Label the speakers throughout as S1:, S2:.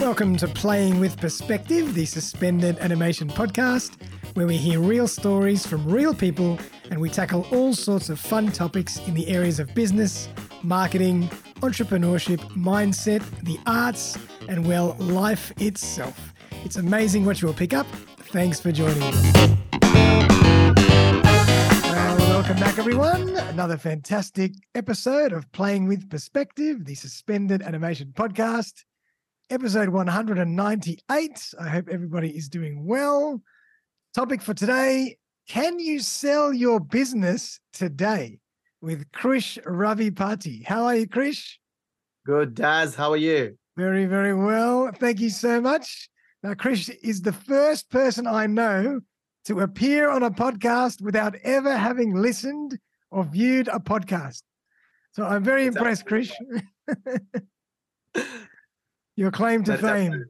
S1: Welcome to Playing with Perspective, the suspended animation podcast, where we hear real stories from real people and we tackle all sorts of fun topics in the areas of business, marketing, entrepreneurship, mindset, the arts, and well, life itself. It's amazing what you will pick up. Thanks for joining us. Well, welcome back, everyone. Another fantastic episode of Playing with Perspective, the suspended animation podcast episode 198. I hope everybody is doing well. Topic for today Can you sell your business today? With Krish Ravipati. How are you, Krish?
S2: Good, Daz. How are you?
S1: Very, very well. Thank you so much. Now, Krish is the first person I know to appear on a podcast without ever having listened or viewed a podcast. So I'm very
S2: That's
S1: impressed, Krish.
S2: absolutely
S1: Your claim to
S2: That's
S1: fame.
S2: absolutely right.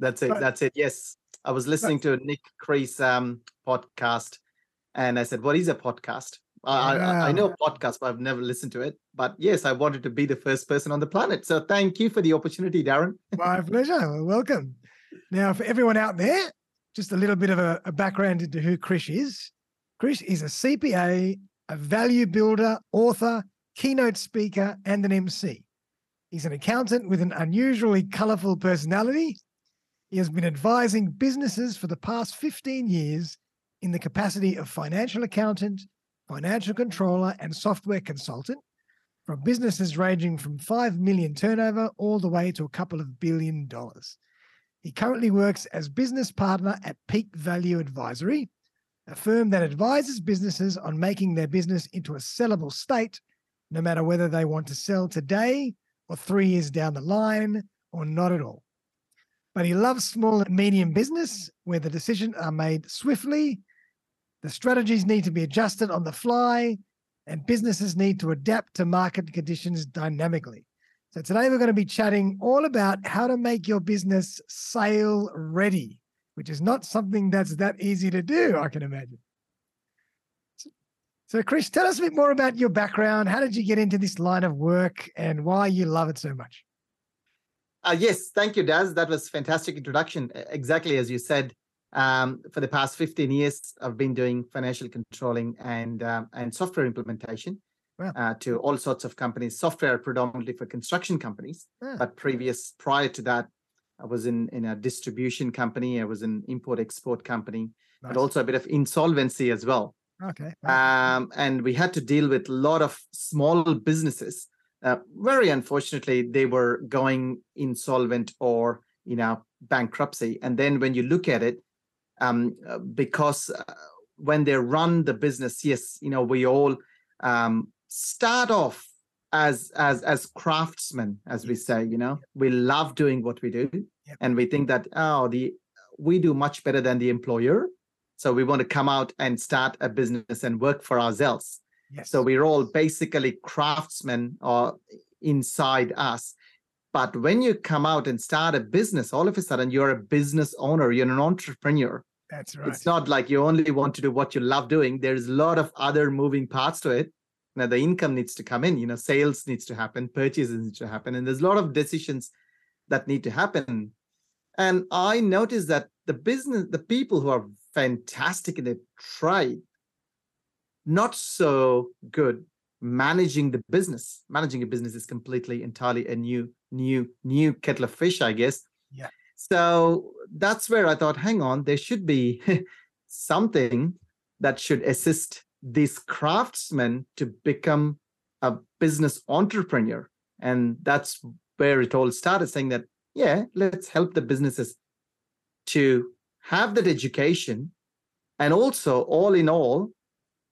S2: That's it.
S1: But-
S2: that's it. Yes. I was listening to a Nick Crease um, podcast and I said, What is a podcast? I, I, I
S1: Wow.
S2: know podcast, but I've never listened to it. But yes, I wanted to be the first person on the planet. So thank you for the opportunity, Darren.
S1: My pleasure. Well, welcome. Now, for everyone out there, just a little bit of a, a background into who Krish is. Krish is a CPA, a value builder, author, keynote speaker, and an MC. He's an accountant with an unusually colorful personality. He has been advising businesses for the past 15 years in the capacity of financial accountant, financial controller, and software consultant from businesses ranging from 5 million turnover all the way to a couple of billion dollars. He currently works as business partner at Peak Value Advisory, a firm that advises businesses on making their business into a sellable state, no matter whether they want to sell today or three years down the line or not at all. But he loves small and medium business where the decisions are made swiftly, the strategies need to be adjusted on the fly, and businesses need to adapt to market conditions dynamically. So, today we're going to be chatting all about how to make your business sale ready, which is not something that's that easy to do, I can imagine. So- So, Chris, tell us a bit more about your background. How did you get into this line of work and why you love it so much?
S2: Uh, yes, thank you, Daz. That was fantastic introduction. E- Exactly as you said. Um, for the past 15 years, I've been doing financial controlling and um, and software implementation
S1: Wow.
S2: uh, to all sorts of companies. Software predominantly for construction companies,
S1: Ah,
S2: but previous prior to that, I was in in a distribution company. I was an import export company,
S1: nice.
S2: but also a bit of insolvency as well
S1: okay. wow.
S2: um, and we had to deal with a lot of small businesses. Uh, very unfortunately, they were going insolvent or you know bankruptcy. And then when you look at it, um, uh, because uh, when they run the business, yes, you know we all um, start off as as as craftsmen, as we say. You know, we love doing what we do,
S1: Yep.
S2: and we think that oh the we do much better than the employer. So we want to come out and start a business and work for ourselves.
S1: Yes.
S2: So we're all basically craftsmen or inside us. But when you come out and start a business, all of a sudden you're a business owner, you're an entrepreneur.
S1: that's right.
S2: It's not like you only want to do what you love doing. There's a lot of other moving parts to it. Now the income needs to come in, you know, sales needs to happen, purchases need to happen, and there's a lot of decisions that need to happen. And I noticed that the business, the people who are fantastic in their trade, not so good managing the business. Managing a business is completely, entirely a new, new, new kettle of fish, I guess.
S1: Yeah.
S2: So that's where I thought, hang on, there should be something that should assist these craftsmen to become a business entrepreneur. And that's where it all started saying that, yeah, let's help the businesses to have that education. And also, all in all,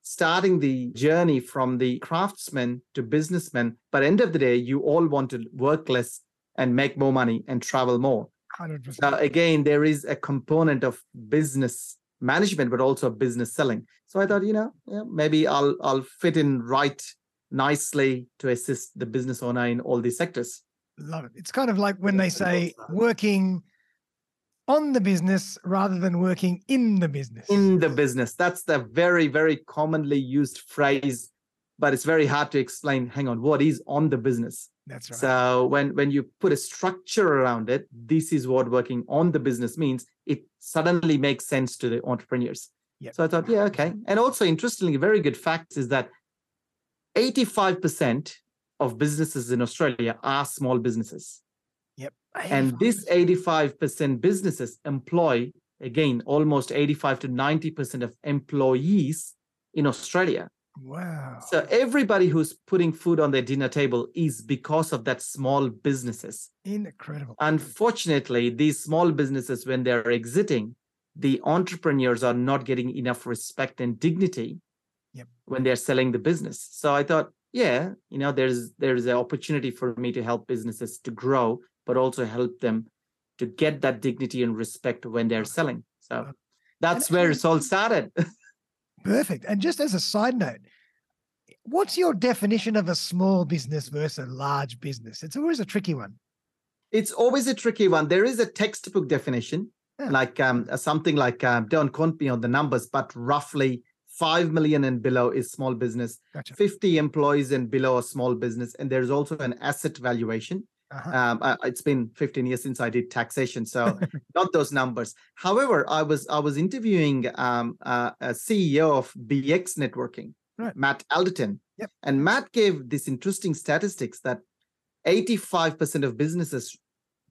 S2: starting the journey from the craftsman to businessman. But end of the day, you all want to work less and make more money and travel more.
S1: 100%.
S2: So Uh, again, there is a component of business management, but also business selling. So I thought, you know, yeah, maybe I'll I'll fit in right nicely to assist the business owner in all these sectors.
S1: Love it. It's kind of like when
S2: Yeah,
S1: they
S2: it
S1: say
S2: works that way.
S1: working on the business rather than working in the business.
S2: in the business. That's the very, very commonly used phrase, but it's very hard to explain. Hang on, what is on the business?
S1: That's right.
S2: So when when you put a structure around it, this is what working on the business means. It suddenly makes sense to the entrepreneurs.
S1: Yep.
S2: So I thought, yeah, okay. And also interestingly, very good fact is that 85% of businesses in Australia are small businesses.
S1: yep.
S2: And this 85% businesses employ, again, almost 85 to 90% of employees in Australia.
S1: wow.
S2: So everybody who's putting food on their dinner table is because of that small businesses.
S1: Incredible.
S2: Unfortunately, these small businesses, when they're exiting, the entrepreneurs are not getting enough respect and dignity
S1: Yep.
S2: when they're selling the business. So I thought, yeah, you know, there's there's an opportunity for me to help businesses to grow, but also help them to get that dignity and respect when they're selling. So
S1: Wow.
S2: that's where
S1: actually-
S2: it's all started.
S1: Perfect. And just as a side note, what's your definition of a small business versus a large business? It's always a tricky one.
S2: it's always a tricky one. There is a textbook definition,
S1: Yeah.
S2: like um, something like um, don't quote me on the numbers, but roughly five million and below is small business,
S1: Gotcha.
S2: fifty employees and below are small business, and there's also an asset valuation.
S1: Uh-huh.
S2: Um, I- it's been fifteen years since I did taxation, so not those numbers. However, I was I was interviewing um, uh, a CEO of BX Networking,
S1: Right.
S2: Matt Alderton,
S1: Yep.
S2: and Matt gave this interesting statistics that 85% of businesses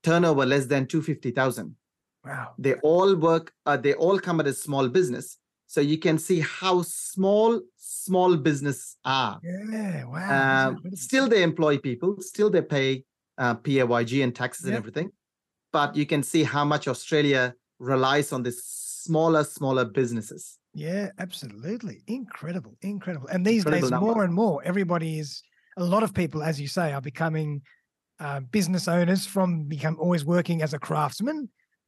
S2: turnover less than 250,000.
S1: Wow.
S2: They all work. Uh, they all come at a small business, so you can see how small small business are.
S1: Yeah. Wow. Oh, that's
S2: Um,
S1: incredible.
S2: still, they employ people. Still, they pay uh, PAYG and taxes and
S1: Yep.
S2: everything. But you can see how much Australia relies on these smaller, smaller businesses.
S1: Yeah, absolutely. Incredible. Incredible. And these days,
S2: Incredible number.
S1: more and more, everybody is, a lot of people, as you say, are becoming uh, business owners from become always working as a craftsman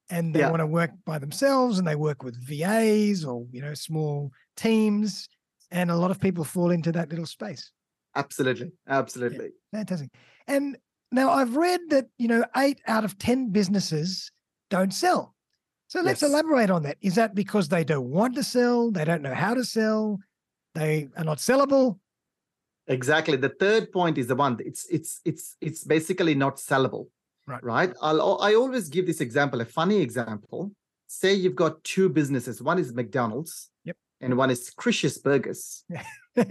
S1: and they
S2: Yeah.
S1: want to work by themselves and they work with VAs or, you know, small teams. And a lot of people fall into that little space.
S2: Absolutely, absolutely.
S1: Fantastic. And now I've read that, you know, eight out of 10 businesses don't sell. So let's
S2: Yes.
S1: elaborate on that. Is that because they don't want to sell? They don't know how to sell? They are not sellable?
S2: Exactly. The third point is the one. that It's it's it's it's basically not sellable.
S1: Right.
S2: Right. I'll al- I always give this example, a funny example. Say you've got two businesses. One is McDonald's.
S1: Yep.
S2: And one is Cricious Burgers.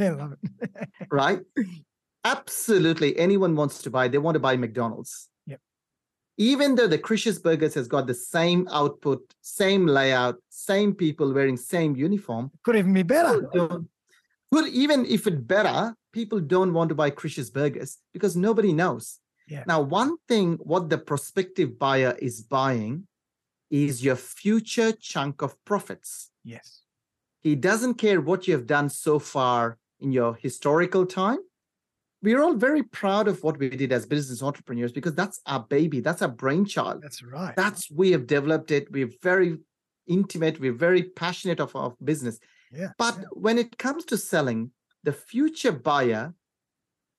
S1: I love it.
S2: Right.
S1: Mm-hmm.
S2: Absolutely. Anyone wants to buy. They want to buy McDonald's.
S1: Yep.
S2: Even though the Cricious Burgers has got the same output, same layout, same people wearing same uniform,
S1: Could even be better.
S2: people don't- Well, even if it better, people don't want to buy Krish's burgers because nobody knows.
S1: Yeah.
S2: Now, one thing what the prospective buyer is buying is your future chunk of profits.
S1: Yes.
S2: He doesn't care what you have done so far in your historical time. We're all very proud of what we did as business entrepreneurs because that's our baby, that's our brainchild
S1: That's right.
S2: that's we have developed it we're very intimate we're very passionate of our business
S1: Yeah,
S2: but
S1: yeah.
S2: when it comes to selling the future buyer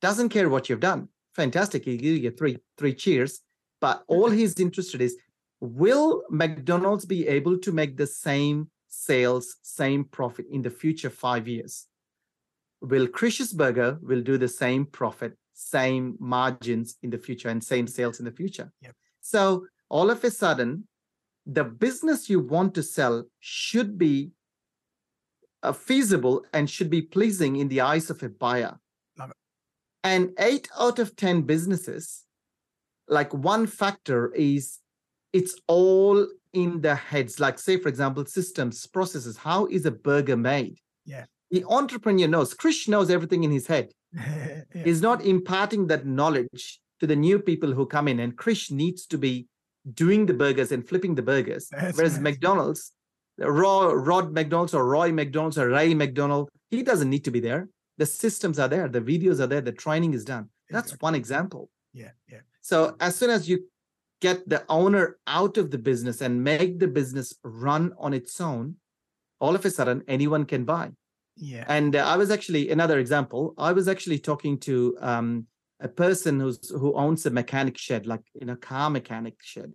S2: doesn't care what you've done fantastic he give you three three cheers but all he's interested is will mcdonald's be able to make the same sales same profit in the future five years will Krish's burger will do the same profit same margins in the future and same sales in the future
S1: Yep.
S2: so all of a sudden the business you want to sell should be uh, feasible and should be pleasing in the eyes of a buyer
S1: Love it.
S2: and 8 out of 10 businesses like one factor is it's all in the heads like say for example systems processes how is a burger made
S1: Yeah.
S2: the entrepreneur knows krish knows everything in his head
S1: Yeah.
S2: is not imparting that knowledge to the new people who come in. And Krish needs to be doing the burgers and flipping the burgers.
S1: That's
S2: Whereas
S1: right.
S2: McDonald's, Raw, Rod McDonald's or Roy McDonald's or Ray McDonald, he doesn't need to be there. The systems are there, the videos are there, the training is done. That's
S1: Exactly.
S2: one example.
S1: Yeah. Yeah.
S2: So as soon as you get the owner out of the business and make the business run on its own, all of a sudden anyone can buy.
S1: Yeah.
S2: And uh, I was actually another example. I was actually talking to um, a person who's who owns a mechanic shed, like you know, car mechanic shed.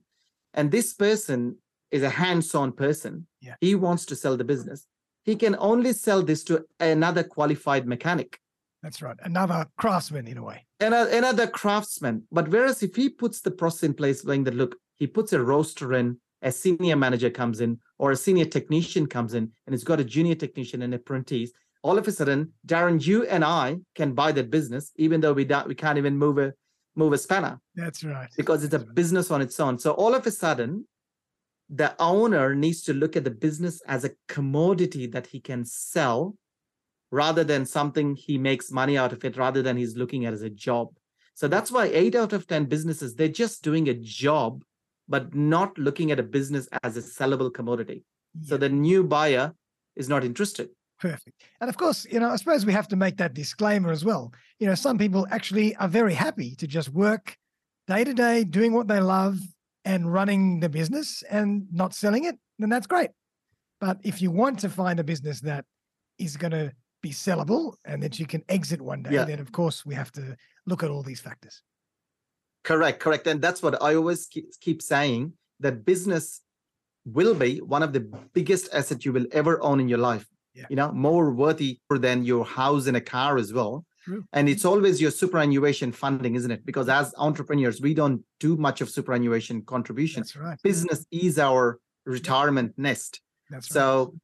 S2: And this person is a hands-on person.
S1: Yeah.
S2: He wants to sell the business. He can only sell this to another qualified mechanic.
S1: That's right. Another craftsman in a way.
S2: and a- another craftsman. But whereas if he puts the process in place, saying that look, he puts a roaster in, a senior manager comes in, or a senior technician comes in, and it's got a junior technician and apprentice. All of a sudden, Darren, you and I can buy that business, even though we don't, we can't even move a move a spanner
S1: That's right.
S2: because it's a
S1: That's right.
S2: business on its own. So all of a sudden, the owner needs to look at the business as a commodity that he can sell rather than something he makes money out of it, rather than he's looking at as a job. So that's why eight out of 10 businesses, they're just doing a job, but not looking at a business as a sellable commodity. So
S1: Yeah,
S2: the new buyer is not interested.
S1: perfect. And of course, you know, I suppose we have to make that disclaimer as well. You know, some people actually are very happy to just work day to day doing what they love and running the business and not selling it, then that's great. But if you want to find a business that is going to be sellable and that you can exit one day,
S2: Yeah.
S1: then of course we have to look at all these factors.
S2: Correct, correct. And that's what I always keep, keep saying that business will be one of the biggest assets you will ever own in your life.
S1: Yeah.
S2: You know, more worthy than your house and a car as well.
S1: True.
S2: And it's always your superannuation funding, isn't it? Because as entrepreneurs, we don't do much of superannuation contributions.
S1: That's right.
S2: Business is our retirement nest.
S1: That's right.
S2: So,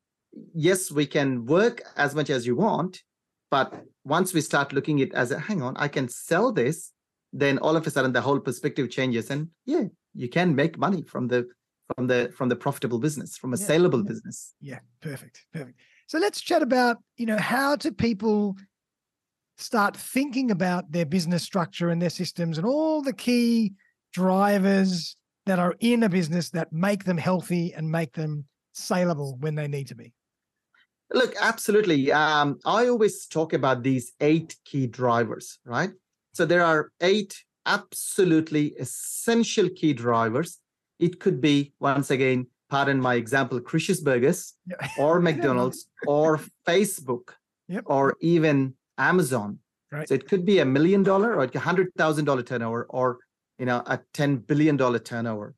S2: yes, we can work as much as you want, but once we start looking it as a hang on, I can sell this, then all of a sudden the whole perspective changes, and yeah, you can make money from the from the from the profitable business, from a
S1: Yeah,
S2: saleable
S1: yeah.
S2: business.
S1: Yeah, perfect. Perfect. So let's chat about, you know, how do people start thinking about their business structure and their systems and all the key drivers that are in a business that make them healthy and make them saleable when they need to be.
S2: Look, absolutely. Um, I always talk about these eight key drivers, right? So there are eight absolutely essential key drivers. It could be, once again, pardon my example, Chris's Burgers,
S1: Yeah. don't
S2: or
S1: know.
S2: McDonald's or Facebook
S1: Yep.
S2: or even Amazon.
S1: Right.
S2: So it could be a million dollar or a hundred thousand dollar turnover or you know a ten billion dollar turnover.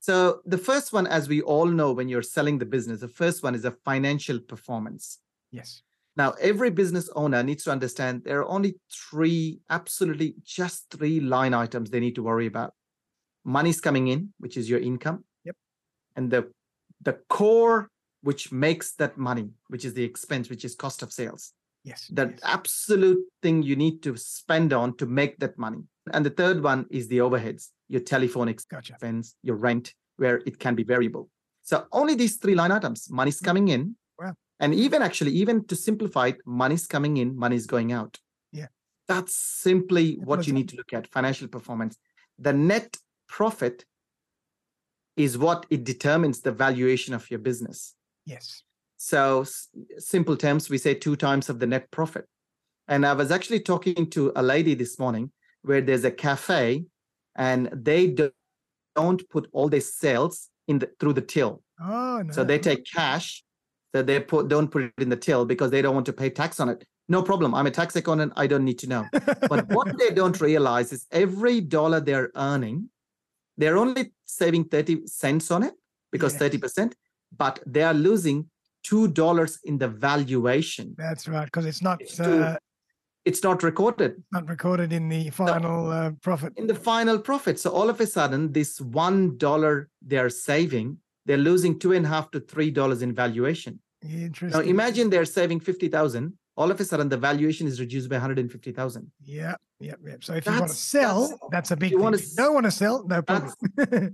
S2: So the first one, as we all know, when you're selling the business, the first one is a financial performance.
S1: Yes.
S2: Now, every business owner needs to understand there are only three, absolutely just three line items they need to worry about. Money's coming in, which is your income.
S1: Yep.
S2: And the the core which makes that money, which is the expense, which is cost of sales.
S1: Yes.
S2: That
S1: yes.
S2: absolute thing you need to spend on to make that money. And the third one is the overheads, your telephone
S1: Gotcha.
S2: expense, your rent, where it can be variable. So only these three line items, money's coming in.
S1: Wow.
S2: And even actually, even to simplify it, money's coming in, money's going out.
S1: Yeah.
S2: That's simply
S1: Simple
S2: what
S1: as
S2: you
S1: that.
S2: need to look at financial performance. The net profit is what it determines the valuation of your business.
S1: Yes.
S2: So, s- simple terms, we say two times of the net profit. And I was actually talking to a lady this morning where there's a cafe and they do- don't put all their sales in the, through the till.
S1: Oh no.
S2: So they take cash that they put don't put it in the till because they don't want to pay tax on it. No problem. I'm a tax accountant. I don't need to know. But what they don't realize is every dollar they're earning, they're only saving 30 cents on it because
S1: Yes.
S2: 30%, but they are losing $2 in the valuation.
S1: That's right, because it's not
S2: It's too-
S1: uh,
S2: It's not recorded
S1: not recorded in the final uh, profit.
S2: in the final profit. So all of a sudden, this $1 they're saving, they're losing two and a half to $3 in valuation. Now
S1: Interesting.
S2: imagine they're saving 50,000. All of a sudden, the valuation is reduced by 150,000.
S1: Yep, yep, yep. So if you want to
S2: That's-
S1: sell,
S2: that's-
S1: that's, a big
S2: you
S1: thing.
S2: wanna
S1: If you don't want to sell, no problem.
S2: That's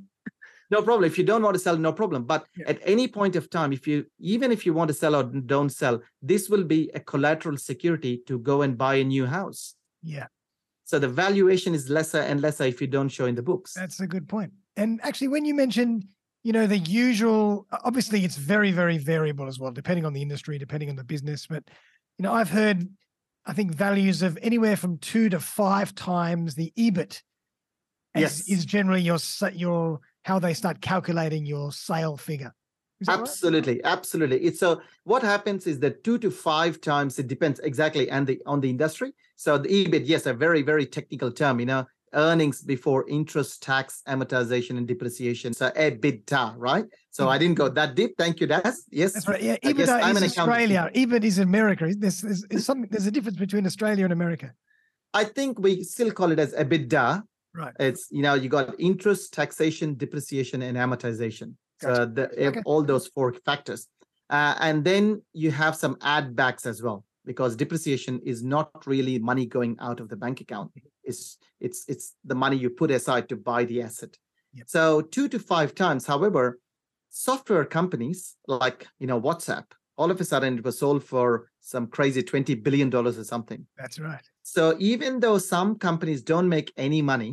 S2: no problem if you don't want to sell no problem but
S1: Yeah.
S2: at any point of time if you even if you want to sell or don't sell this will be a collateral security to go and buy a new house
S1: yeah,
S2: so the valuation is lesser and lesser if you don't show in the books
S1: that's a good point. And actually, when you mentioned, you know, the usual, o- obviously it's very, very variable as well, depending on the industry, depending on the business. But, you know, I've heard, I think values of anywhere from two to five times the E EBIT is,
S2: Yes.
S1: is generally your, sa- your, how they start calculating your sale figure. Is that right?
S2: absolutely absolutely it's so what happens is that two to five E times it depends exactly and the on the industry so the ebit yes a very very technical term you know earnings before interest, tax, amortization, and depreciation. So E EBITDA, right? So
S1: Mm.
S2: I didn't go that deep. Thank you, Das. Yes.
S1: That's right. Yeah,
S2: I guess
S1: EBITDA
S2: I'm
S1: is
S2: an accountant.
S1: Australia. EBIT is America. There's, there's, there's something. There's a difference between Australia and America.
S2: I think we still call it as EBITDA.
S1: Right.
S2: It's you know you got interest, taxation, depreciation, and amortization. So the, if
S1: Okay.
S2: all those four factors, uh, and then you have some add backs as well because depreciation is not really money going out of the bank account. It's it's it's the money you put aside to buy the asset.
S1: Yep.
S2: So two to five times. However, software companies like you know WhatsApp, all of a sudden it was sold for some crazy twenty billion dollars or something.
S1: That's right.
S2: So even though some companies don't make any money,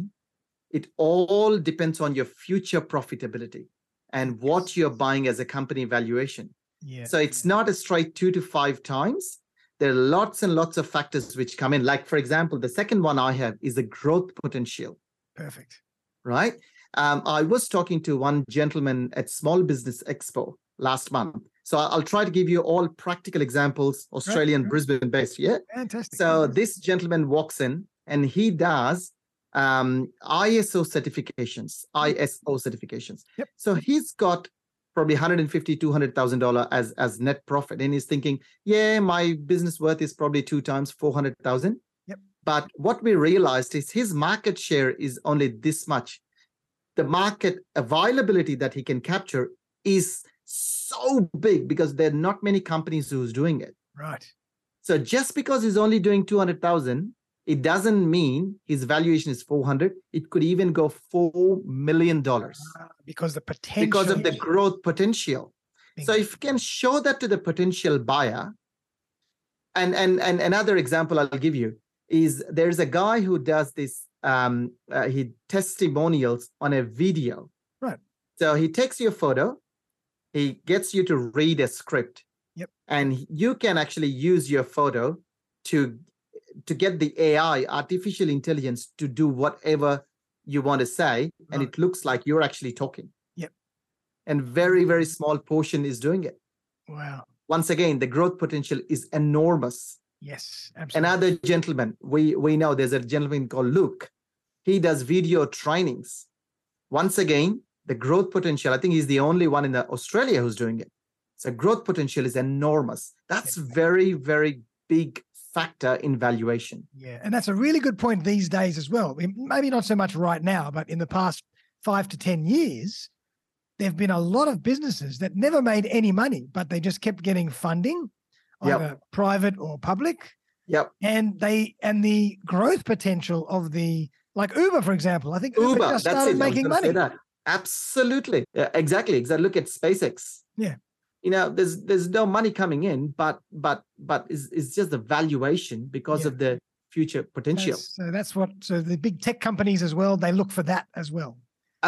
S2: it all depends on your future profitability and what you're buying as a company valuation.
S1: Yeah.
S2: So it's not a straight two to five times. There are lots and lots of factors which come in. Like, for example, the second one I have is the growth potential,
S1: perfect.
S2: right? Um, I was talking to one gentleman at Small Business Expo last month. So I'll I'll try to give you all practical examples, Australian,
S1: right.
S2: Brisbane based. Yeah.
S1: Fantastic.
S2: So this gentleman walks in and he does um, ISO certifications, ISO certifications.
S1: Mm-hmm. Yep.
S2: So he's got probably 150, 200,000 dollar as as net profit, and he's thinking, yeah, my business worth is probably two times 400,000.
S1: Yep.
S2: But what we realized is his market share is only this much. The market availability that he can capture is so big because there are not many companies who's doing it.
S1: right.
S2: So just because he's only doing 200,000, it doesn't mean his valuation is 400. It could even go $4 million
S1: Ah, because the potential.
S2: because of the growth potential.
S1: Bingo.
S2: So if you can show that to the potential buyer, and and and another example I'll give you is there's a guy who does this um uh, he testimonials on a video.
S1: Right.
S2: So he takes your photo, he gets you to read a script.
S1: Yep.
S2: And you can actually use your photo to to get the AI artificial intelligence to do whatever you want to say and
S1: Right.
S2: it looks like you're actually talking.
S1: Yep.
S2: And very very small portion is doing it
S1: wow.
S2: once again the growth potential is enormous
S1: Yes. Absolutely.
S2: another gentleman we we know there's a gentleman called luke he does video trainings once again the growth potential i think he's the only one in the australia who's doing it so growth potential is enormous that's very very big factor in valuation
S1: Yeah, and that's a really good point these days as well. I- Maybe not so much right now, but in the past five to 10 years, there have been a lot of businesses that never made any money, but they just kept getting funding,
S2: Yep.
S1: either private or public.
S2: Yep.
S1: And they and the growth potential of the like Uber, for example. I think Uber,
S2: uber
S1: just
S2: that's it I
S1: started
S2: was
S1: making
S2: gonna say
S1: money.
S2: that. absolutely Yeah, exactly exactly look at spacex
S1: Yeah.
S2: you know there's there's no money coming in but but but it's, it's just the valuation because
S1: Yeah.
S2: of the future potential
S1: That's- so that's what so the big tech companies as well, they look for that as well.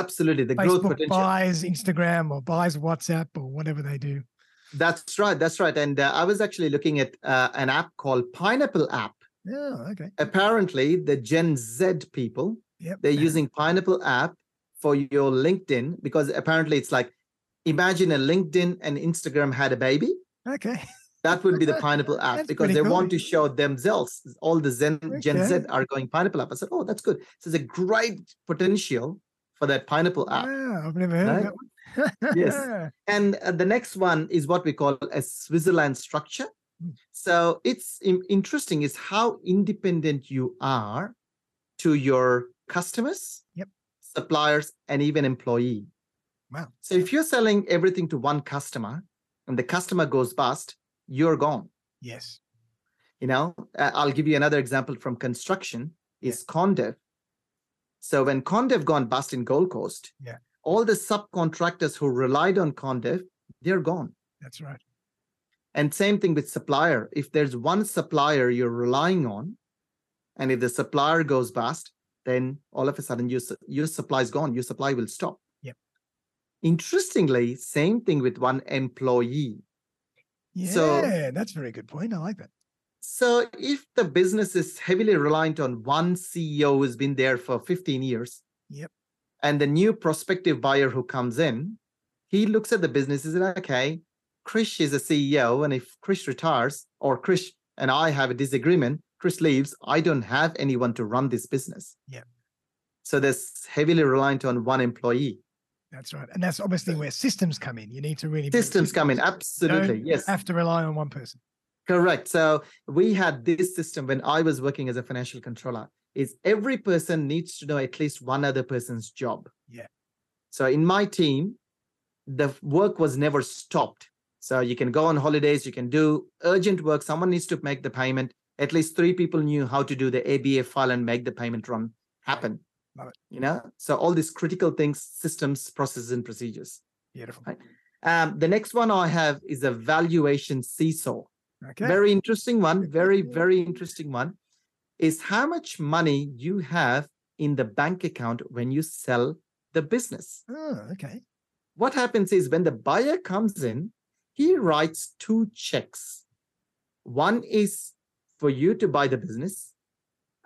S2: absolutely the growth
S1: Facebook
S2: potential
S1: buys Instagram or buys WhatsApp or whatever they do.
S2: that's right that's right and uh, i was actually looking at uh, an app called pineapple app
S1: Yeah, Oh, okay.
S2: apparently the gen z people
S1: Yep.
S2: they're using pineapple app for your linkedin because apparently it's like imagine a linkedin and instagram had a baby
S1: Okay.
S2: That would be the
S1: Okay.
S2: pineapple app
S1: That's
S2: because
S1: pretty
S2: they
S1: cool.
S2: want to show themselves. All the Zen Gen Z
S1: Okay.
S2: are going pineapple app. I said, oh, that's good. So there's a great potential for that pineapple app.
S1: Wow, Ah, I've never heard
S2: right?
S1: of that one. Ah.
S2: Yes. And uh, the next one is what we call a Switzerland structure.
S1: Mm.
S2: So it's in- interesting is how independent you are to your customers,
S1: Yep.
S2: suppliers, and even employee.
S1: Wow.
S2: So if you're selling everything to one customer and the customer goes bust, you're gone.
S1: yes.
S2: you know Uh, i'll give you another example from construction is condev so when condev gone bust in gold coast
S1: Yeah.
S2: all the subcontractors who relied on condev they're gone
S1: That's right.
S2: and same thing with supplier if there's one supplier you're relying on and if the supplier goes bust then all of a sudden your, su- your supply is gone your supply will stop
S1: Yep.
S2: interestingly same thing with one employee
S1: Yeah,
S2: So-
S1: that's a very good point. I like that.
S2: So, if the business is heavily reliant on one CEO who's been there for 15 years,
S1: Yep.
S2: and the new prospective buyer who comes in, he looks at the business and says, okay, Krish is a CEO, and if Krish retires or Krish and I have a disagreement, Krish leaves, I don't have anyone to run this business.
S1: Yep.
S2: So they're heavily reliant on one employee.
S1: That's right. And that's obviously where systems come in. You need to really build
S2: Systems come in, absolutely.
S1: You
S2: Yes,
S1: have to rely on one person.
S2: correct. So we had this system when I was working as a financial controller is every person needs to know at least one other person's job.
S1: Yeah.
S2: So in my team, the work was never stopped. So you can go on holidays, you can do urgent work, someone needs to make the payment. At least three people knew how to do the ABA file and make the payment run happen.
S1: Love it.
S2: You know, so all these critical things, systems, processes, and procedures.
S1: Beautiful.
S2: Right. Um, the next one I have is a valuation seesaw.
S1: Okay.
S2: Very interesting one.
S1: Good
S2: Very,
S1: question.
S2: very interesting one is how much money you have in the bank account when you sell the business.
S1: oh, okay.
S2: What happens is when the buyer comes in, he writes two checks. One is for you to buy the business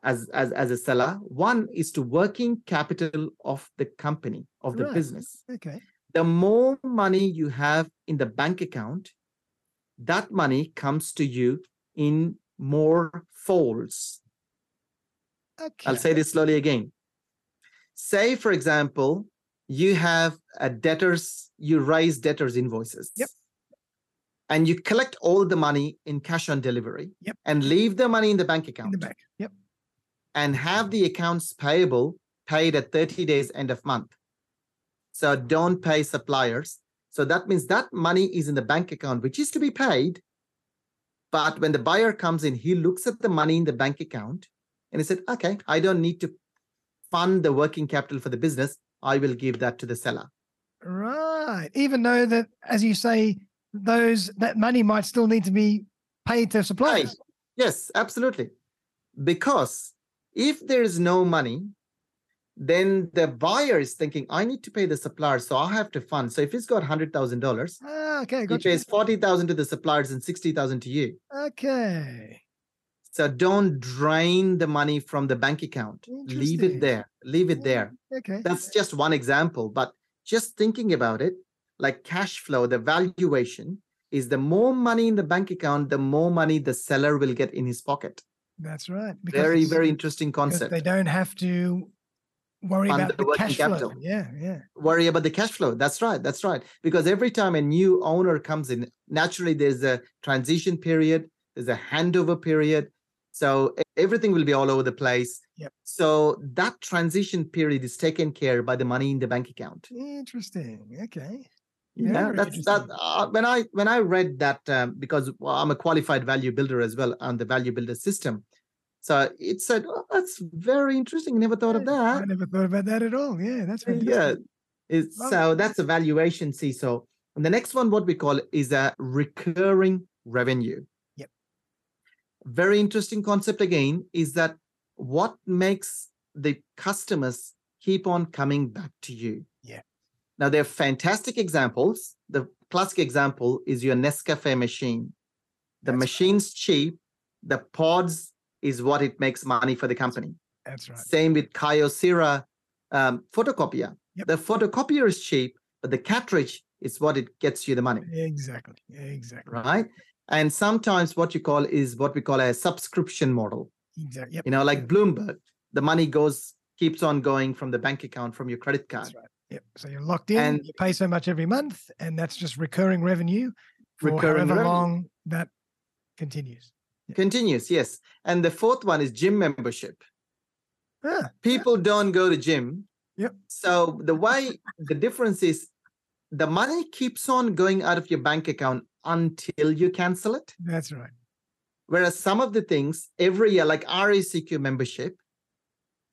S2: as, as, as a seller, one is to working capital of the company, of the
S1: Right.
S2: business
S1: Okay.
S2: the more money you have in the bank account, that money comes to you in more folds.
S1: Okay.
S2: I'll say this slowly again. Say, for example, you have a debtors, you raise debtors' invoices.
S1: Yep.
S2: And you collect all the money in cash on delivery
S1: Yep.
S2: and leave the money in the bank
S1: in
S2: account
S1: the back. Yep.
S2: and have the accounts payable paid at 30 days end of month. So don't pay suppliers. So that means that money is in the bank account, which is to be paid. But when the buyer comes in, he looks at the money in the bank account and he said, okay, I don't need to fund the working capital for the business. I will give that to the seller.
S1: Right. Even though that, as you say, those that money might still need to be paid to suppliers.
S2: Yes, absolutely. Because if there is no money, then the buyer is thinking, I need to pay the supplier, so I have to fund. So if he's got hundred thousand dollars,
S1: Ah, okay.
S2: he
S1: Gotcha.
S2: pays forty thousand to the suppliers and sixty thousand to you.
S1: Okay.
S2: So don't drain the money from the bank account. Leave
S1: Interesting.
S2: it there. Leave it
S1: Yeah,
S2: there.
S1: Okay.
S2: That's just one example, but just thinking about it, like cash flow, the valuation is the more money in the bank account, the more money the seller will get in his pocket.
S1: That's right. Because
S2: very
S1: it's-
S2: very interesting
S1: because
S2: concept
S1: They don't have to worry
S2: Fund
S1: about
S2: the
S1: the,
S2: working
S1: cash flow.
S2: capital.
S1: Yeah. Yeah.
S2: worry about the cash flow that's right that's right because every time a new owner comes in naturally there's a transition period there's a handover period so e- everything will be all over the place
S1: Yep.
S2: so that transition period is taken care by the money in the bank account
S1: Interesting. Okay.
S2: yeah
S1: Very
S2: that's that
S1: interesting.
S2: uh, when i when i read that um, because well, i'm a qualified value builder as well on the value builder system so it said oh, that's very interesting never thought of
S1: Yeah,
S2: that
S1: I never thought about that at all. Yeah. That's fantastic.
S2: yeah it's,
S1: Love it.
S2: so that's a valuation seesaw and the next one what we call is a recurring revenue
S1: Yep.
S2: very interesting concept again is that what makes the customers keep on coming back to you
S1: Yeah.
S2: now they're fantastic examples the classic example is your nescafe machine the
S1: That's right.
S2: machine's cheap the pods is what it makes money for the company
S1: That's right.
S2: same with Kyocera um, photocopier.
S1: Yep.
S2: The photocopier is cheap, but the cartridge is what it gets you the money,
S1: Exactly. Exactly.
S2: right? And sometimes what you call is what we call a subscription model.
S1: Exactly. Yep.
S2: You know, like Bloomberg, the money goes keeps on going from the bank account from your credit card.
S1: That's right. Yep. So you're locked in.
S2: And-
S1: you pay so much every month, and that's just recurring revenue for
S2: Recurring
S1: however
S2: revenue.
S1: long that continues.
S2: Continues, yes. And the fourth one is gym membership.
S1: Ah,
S2: people don't go to gym
S1: Yep.
S2: so the way the difference is the money keeps on going out of your bank account until you cancel it
S1: that's right.
S2: whereas some of the things every year like RACQ membership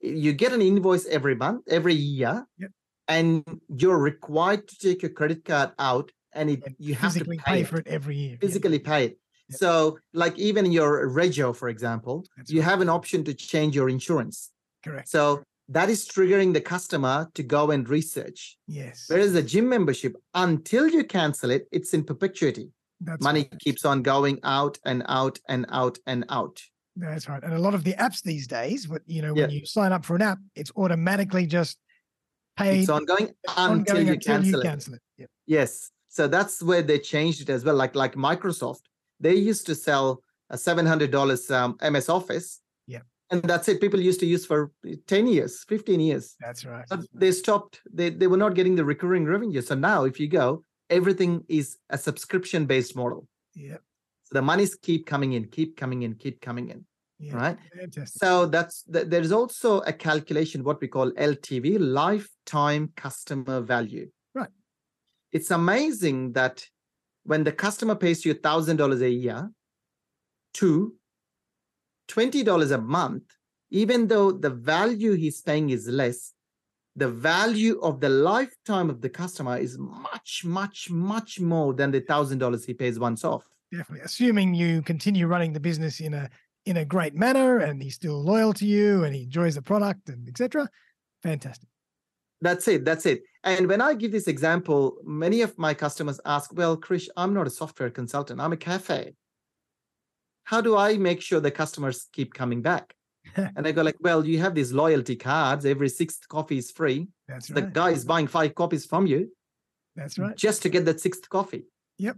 S2: you get an invoice every month every year
S1: Yep.
S2: and you're required to take your credit card out and it,
S1: And
S2: you have to
S1: physically
S2: pay,
S1: pay
S2: it
S1: for it every year. yeah.
S2: physically pay it.
S1: Yep.
S2: So, like even your Regio, for example,
S1: That's
S2: you
S1: right.
S2: have an option to change your insurance.
S1: Correct.
S2: So that is triggering the customer to go and research.
S1: yes.
S2: Whereas the gym membership, until you cancel it, it's in perpetuity.
S1: That's
S2: Money
S1: right.
S2: keeps on going out and out and out and out.
S1: That's right. And a lot of the apps these days, what you know,
S2: Yeah.
S1: when you sign up for an app, it's automatically just paid
S2: It's ongoing until
S1: ongoing
S2: you
S1: until
S2: cancel
S1: you
S2: it.
S1: cancel it. Yep.
S2: Yes. So that's where they changed it as well. Like like Microsoft, they used to sell a seven hundred dollars um, MS Office.
S1: Yeah.
S2: and that's it people used to use for 10 years 15 years
S1: That's right.
S2: but they stopped they, they were not getting the recurring revenue so now if you go everything is a subscription based model
S1: Yep.
S2: so the monies keep coming in keep coming in keep coming in
S1: Yeah.
S2: right
S1: Fantastic.
S2: so that's th- there is also a calculation what we call ltv lifetime customer value
S1: Right.
S2: it's amazing that when the customer pays you $1000 a year to $20 a month even though the value he's paying is less the value of the lifetime of the customer is much much much more than the $1000 he pays once off
S1: Definitely. Assuming you continue running the business in a in a great manner and he's still loyal to you and he enjoys the product and etc. Fantastic.
S2: That's it. That's it. And when I give this example, many of my customers ask, Well, Krish, I'm not a software consultant, I'm a cafe. How do I make sure the customers keep coming back? and I go, like, well, you have these loyalty cards. Every sixth coffee is free.
S1: That's
S2: The
S1: right.
S2: guy is buying five copies from you
S1: That's right.
S2: just to get that sixth coffee.
S1: Yep.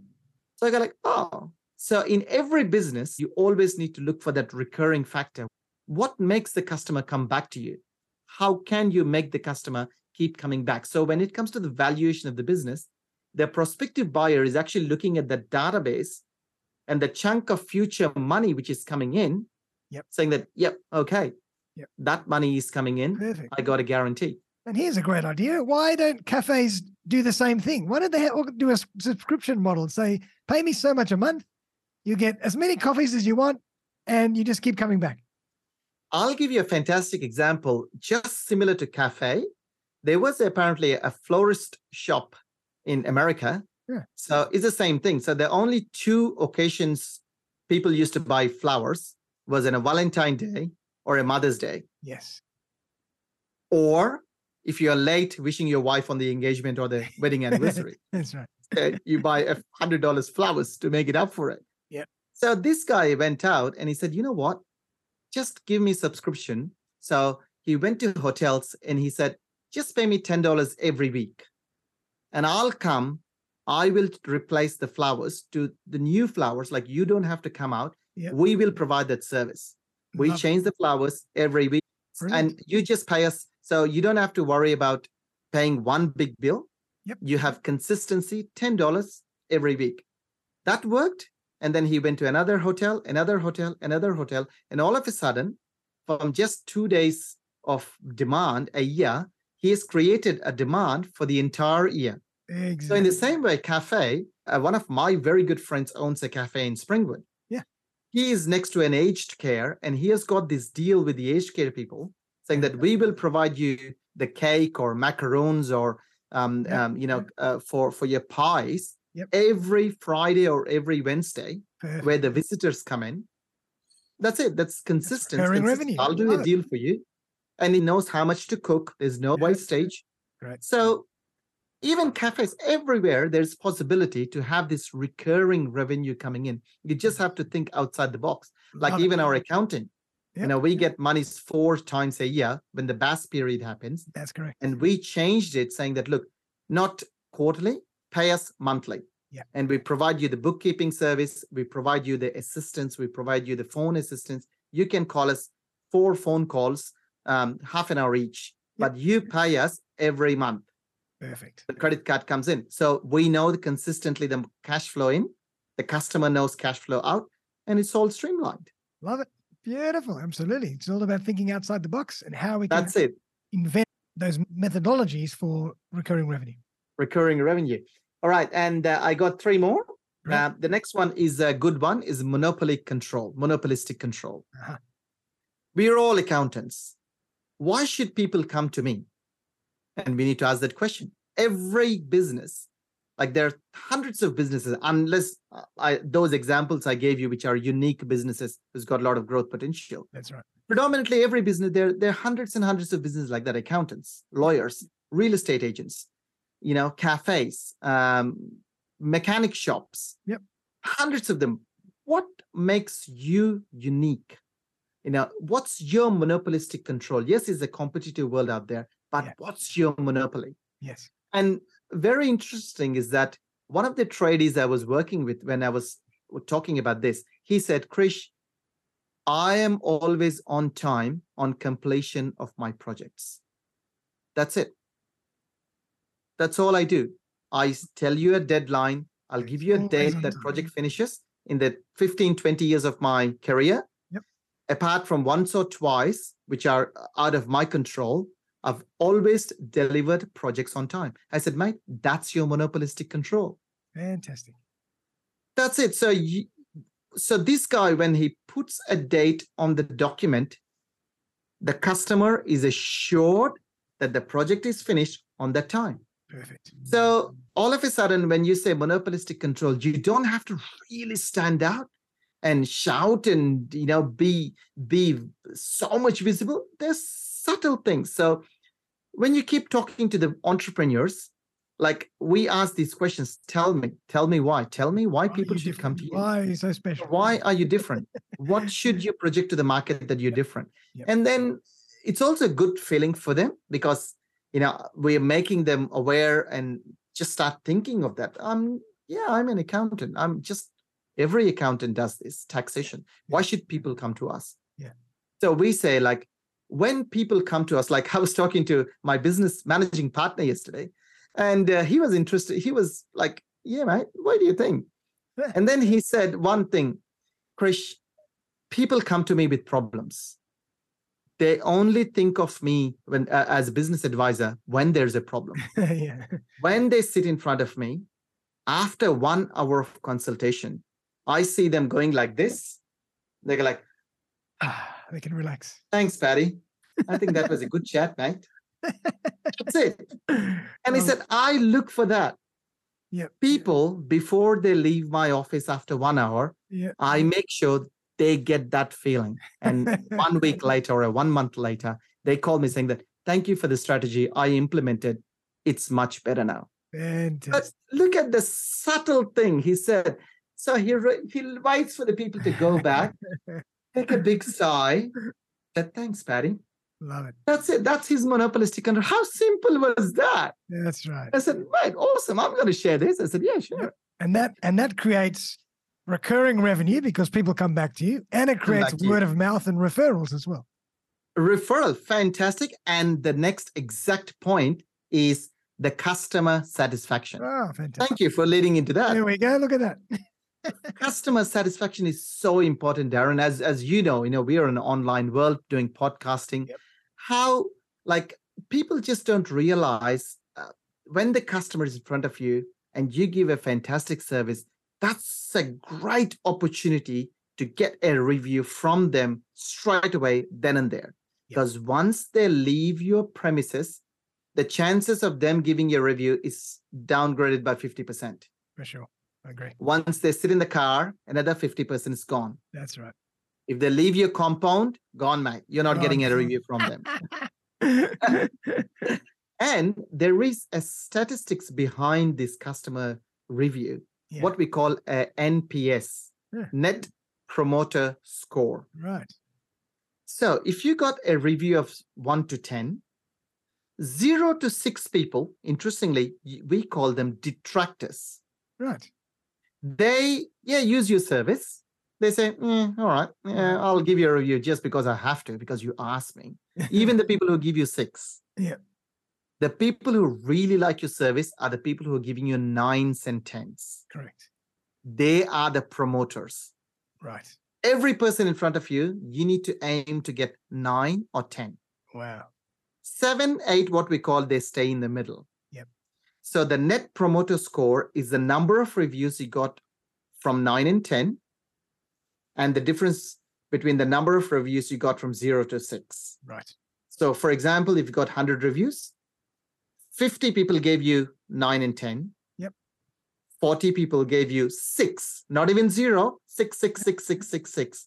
S2: So I go like, oh. So in every business, you always need to look for that recurring factor. What makes the customer come back to you? How can you make the customer keep coming back? So when it comes to the valuation of the business, the prospective buyer is actually looking at that database and the chunk of future money which is coming in,
S1: Yep.
S2: saying that, yep, okay,
S1: Yep.
S2: that money is coming in.
S1: Perfect.
S2: I got a guarantee.
S1: And here's a great idea. Why don't cafes do the same thing? Why don't they ha- do a s- subscription model and say, pay me so much a month, you get as many coffees as you want, and you just keep coming back.
S2: I'll give you a fantastic example, just similar to cafe. There was apparently a florist shop in America.
S1: Yeah.
S2: So it's the same thing. So the only two occasions people used to buy flowers was on a Valentine Day or a Mother's Day,
S1: Yes.
S2: or if you're late wishing your wife on the engagement or the wedding anniversary
S1: That's right.
S2: uh, you buy a hundred dollars flowers to make it up for it.
S1: Yeah.
S2: So this guy went out and he said, you know what? Just give me subscription. So he went to hotels and he said, just pay me ten dollars every week, and I'll come. I will replace the flowers to the new flowers. Like you don't have to come out.
S1: Yeah.
S2: We will provide that service. We
S1: Love it.
S2: change the flowers every week,
S1: Brilliant.
S2: and you just pay us. So you don't have to worry about paying one big bill you have consistency $10 every week that worked and then he went to another hotel another hotel another hotel and all of a sudden from just two days of demand a year he has created a demand for the entire year
S1: Exactly.
S2: so in the same way cafe uh, one of my very good friends owns a cafe in springwood
S1: Yeah.
S2: he is next to an aged care and he has got this deal with the aged care people saying that we will provide you the cake or macaroons or um,
S1: Yeah,
S2: um, you know, uh, for for your pies
S1: Yep.
S2: every Friday or every Wednesday,
S1: Perfect.
S2: where the visitors come in. That's it. That's consistent.
S1: recurring
S2: consistent.
S1: revenue.
S2: I'll do
S1: Love
S2: a
S1: it.
S2: deal for you, and he knows how much to cook. There's no
S1: Yeah.
S2: wastage.
S1: Great.
S2: So, even cafes everywhere, there's possibility to have this recurring revenue coming in. You just have to think outside the box.
S1: Mm-hmm.
S2: Like
S1: Love it.
S2: even our accounting,
S1: Yeah,
S2: you know, we get monies four times a year when the BAS period happens
S1: That's correct.
S2: and we changed it saying that look not quarterly pay us monthly
S1: Yeah.
S2: and we provide you the bookkeeping service we provide you the assistance we provide you the phone assistance you can call us four phone calls um, half an hour each
S1: Yeah.
S2: but you pay us every month
S1: Perfect.
S2: the credit card comes in so we know the- consistently the cash flow in the customer knows cash flow out and it's all streamlined
S1: Love it. Beautiful. Absolutely. It's all about thinking outside the box and how we can
S2: that's it
S1: invent those methodologies for recurring revenue.
S2: recurring revenue. All right, and uh, I got three more.
S1: Right.
S2: Uh, the next one is a good one is monopoly control, monopolistic control.
S1: Uh-huh.
S2: We are all accountants. Why should people come to me? And we need to ask that question. Every business, like there are hundreds of businesses, unless uh, I, those examples I gave you, which are unique businesses, who's got a lot of growth potential
S1: That's right.
S2: predominantly every business there there are hundreds and hundreds of businesses like that accountants lawyers real estate agents you know cafes um, mechanic shops
S1: Yep.
S2: hundreds of them what makes you unique you know what's your monopolistic control yes it's a competitive world out there but
S1: Yeah.
S2: what's your monopoly
S1: Yes.
S2: and very interesting is that one of the tradies I was working with when I was talking about this, he said, Krish, I am always on time on completion of my projects. That's it. That's all I do. I s- tell you a deadline. I'll give you a
S1: Always
S2: date
S1: on
S2: that
S1: time.
S2: project finishes in the 15, 20 years of my career.
S1: Yep.
S2: Apart from once or twice, which are uh, out of my control, I've always delivered projects on time. I said, mate, that's your monopolistic control
S1: Fantastic.
S2: that's it so you, so this guy when he puts a date on the document the customer is assured that the project is finished on that time
S1: Perfect.
S2: so all of a sudden when you say monopolistic control you don't have to really stand out and shout and you know be be so much visible there's subtle things so when you keep talking to the entrepreneurs like we ask these questions tell me tell me why tell me why
S1: Are
S2: people
S1: you
S2: should come
S1: different?
S2: to you
S1: Why are you so special?
S2: why are you different what should you project to the market that you're different
S1: Yep.
S2: and then it's also a good feeling for them because you know we're making them aware and just start thinking of that um yeah i'm an accountant i'm just every accountant does this taxation why should people come to us
S1: Yeah.
S2: so we say like when people come to us like i was talking to my business managing partner yesterday and uh, he was interested he was like yeah mate what do you think
S1: Yeah.
S2: and then he said one thing Krish, people come to me with problems. They only think of me when a- as a business advisor when there's a problem.
S1: yeah.
S2: when they sit in front of me, after one hour of consultation, I see them going like this. They're like,
S1: Ah, they can relax.
S2: "Thanks, Patty. I think that was a good chat, mate." That's it. And he
S1: Love it.
S2: said, I look for that.
S1: Oh. Yep.
S2: People, before they leave my office after one hour,
S1: Yeah.
S2: I make sure they get that feeling. And one week later or one month later, they call me saying that, thank you for the strategy I implemented. It's much better now. But
S1: Fantastic.
S2: look at the subtle thing he said. So he, re- he invites for the people to go back, take a big sigh, said, thanks, Patty.
S1: Love it.
S2: That's it. That's his monopolistic control. How simple was that?
S1: Yeah, That's right.
S2: I said, right, awesome. I'm going to share this. I said, yeah, sure.
S1: and that and that creates recurring revenue because people come back to you and it creates
S2: back to you.
S1: word of mouth and referrals as well
S2: Referral, fantastic. And the next exact point is the customer satisfaction.
S1: oh fantastic
S2: Thank you for leading into
S1: there
S2: that.
S1: we go look at that
S2: Customer satisfaction is so important, Darren. As as you know, you know we are in an online world doing podcasting.
S1: Yep.
S2: How like people just don't realize uh, when the customer is in front of you and you give a fantastic service. That's a great opportunity to get a review from them straight away, then and there.
S1: Yep.
S2: Because once they leave your premises, the chances of them giving you a review is downgraded by 50%.
S1: for sure i agree
S2: Once they sit in the car, another 50% is gone.
S1: that's right
S2: If they leave your compound, gone, mate. You're not
S1: Gone.
S2: getting a review from them. And there is a statistics behind this customer review,
S1: Yeah.
S2: what we call a NPS,
S1: Yeah.
S2: Net Promoter Score.
S1: right
S2: So if you got a review of s- 1 to 10, 0 to 6 people, interestingly, y- we call them detractors.
S1: right
S2: They, yeah, use your service. They say, "Mm, all right, yeah, I'll give you a review just because I have to, because you asked me. Even the people who give you 6.
S1: Yeah.
S2: The people who really like your service are the people who are giving you 9s and 10s.
S1: correct
S2: They are the promoters.
S1: right
S2: Every person in front of you, you need to aim to get 9 or 10.
S1: wow
S2: seven, eight, what we call they stay in the middle.
S1: Yep.
S2: So the net promoter score is the number of reviews you got from nine and 10, and the difference between the number of reviews you got from zero to six.
S1: right
S2: So, for example, if you got 100 reviews, 50 people gave you nine and 10.
S1: Yep.
S2: 40 people gave you six, not even zero, six, six, six, six, six, six.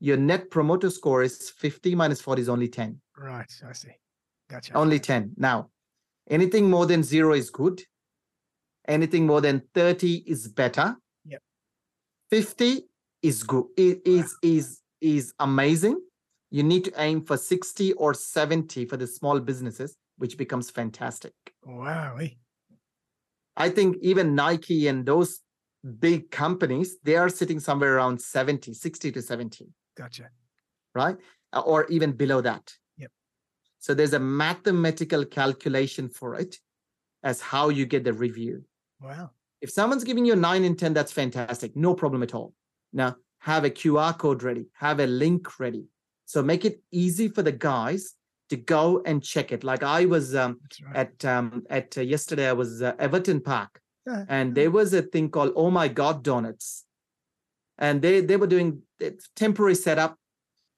S2: Your net promoter score is 50 minus 40 is only 10
S1: right i see gotcha
S2: only 10 now anything more than 0 is good anything more than 30 is better
S1: Yep.
S2: 50 is good i- is is is amazing you need to aim for 60 or 70 for the small businesses which becomes fantastic
S1: wow
S2: i think even nike and those big companies they are sitting somewhere around 70 60 to 70
S1: gotcha
S2: right? Uh, Or even below that.
S1: Yep.
S2: So there's a mathematical calculation for it as how you get the review.
S1: Wow.
S2: If someone's giving you a nine and 10, that's fantastic. No problem at all. Now, have a QR code ready, have a link ready. So make it easy for the guys to go and check it. Like I was um,
S1: That's right.
S2: at um, at uh, yesterday, I was uh, Everton Park,
S1: Yeah.
S2: and there was a thing called Oh My God Donuts, and they they were doing a temporary setup,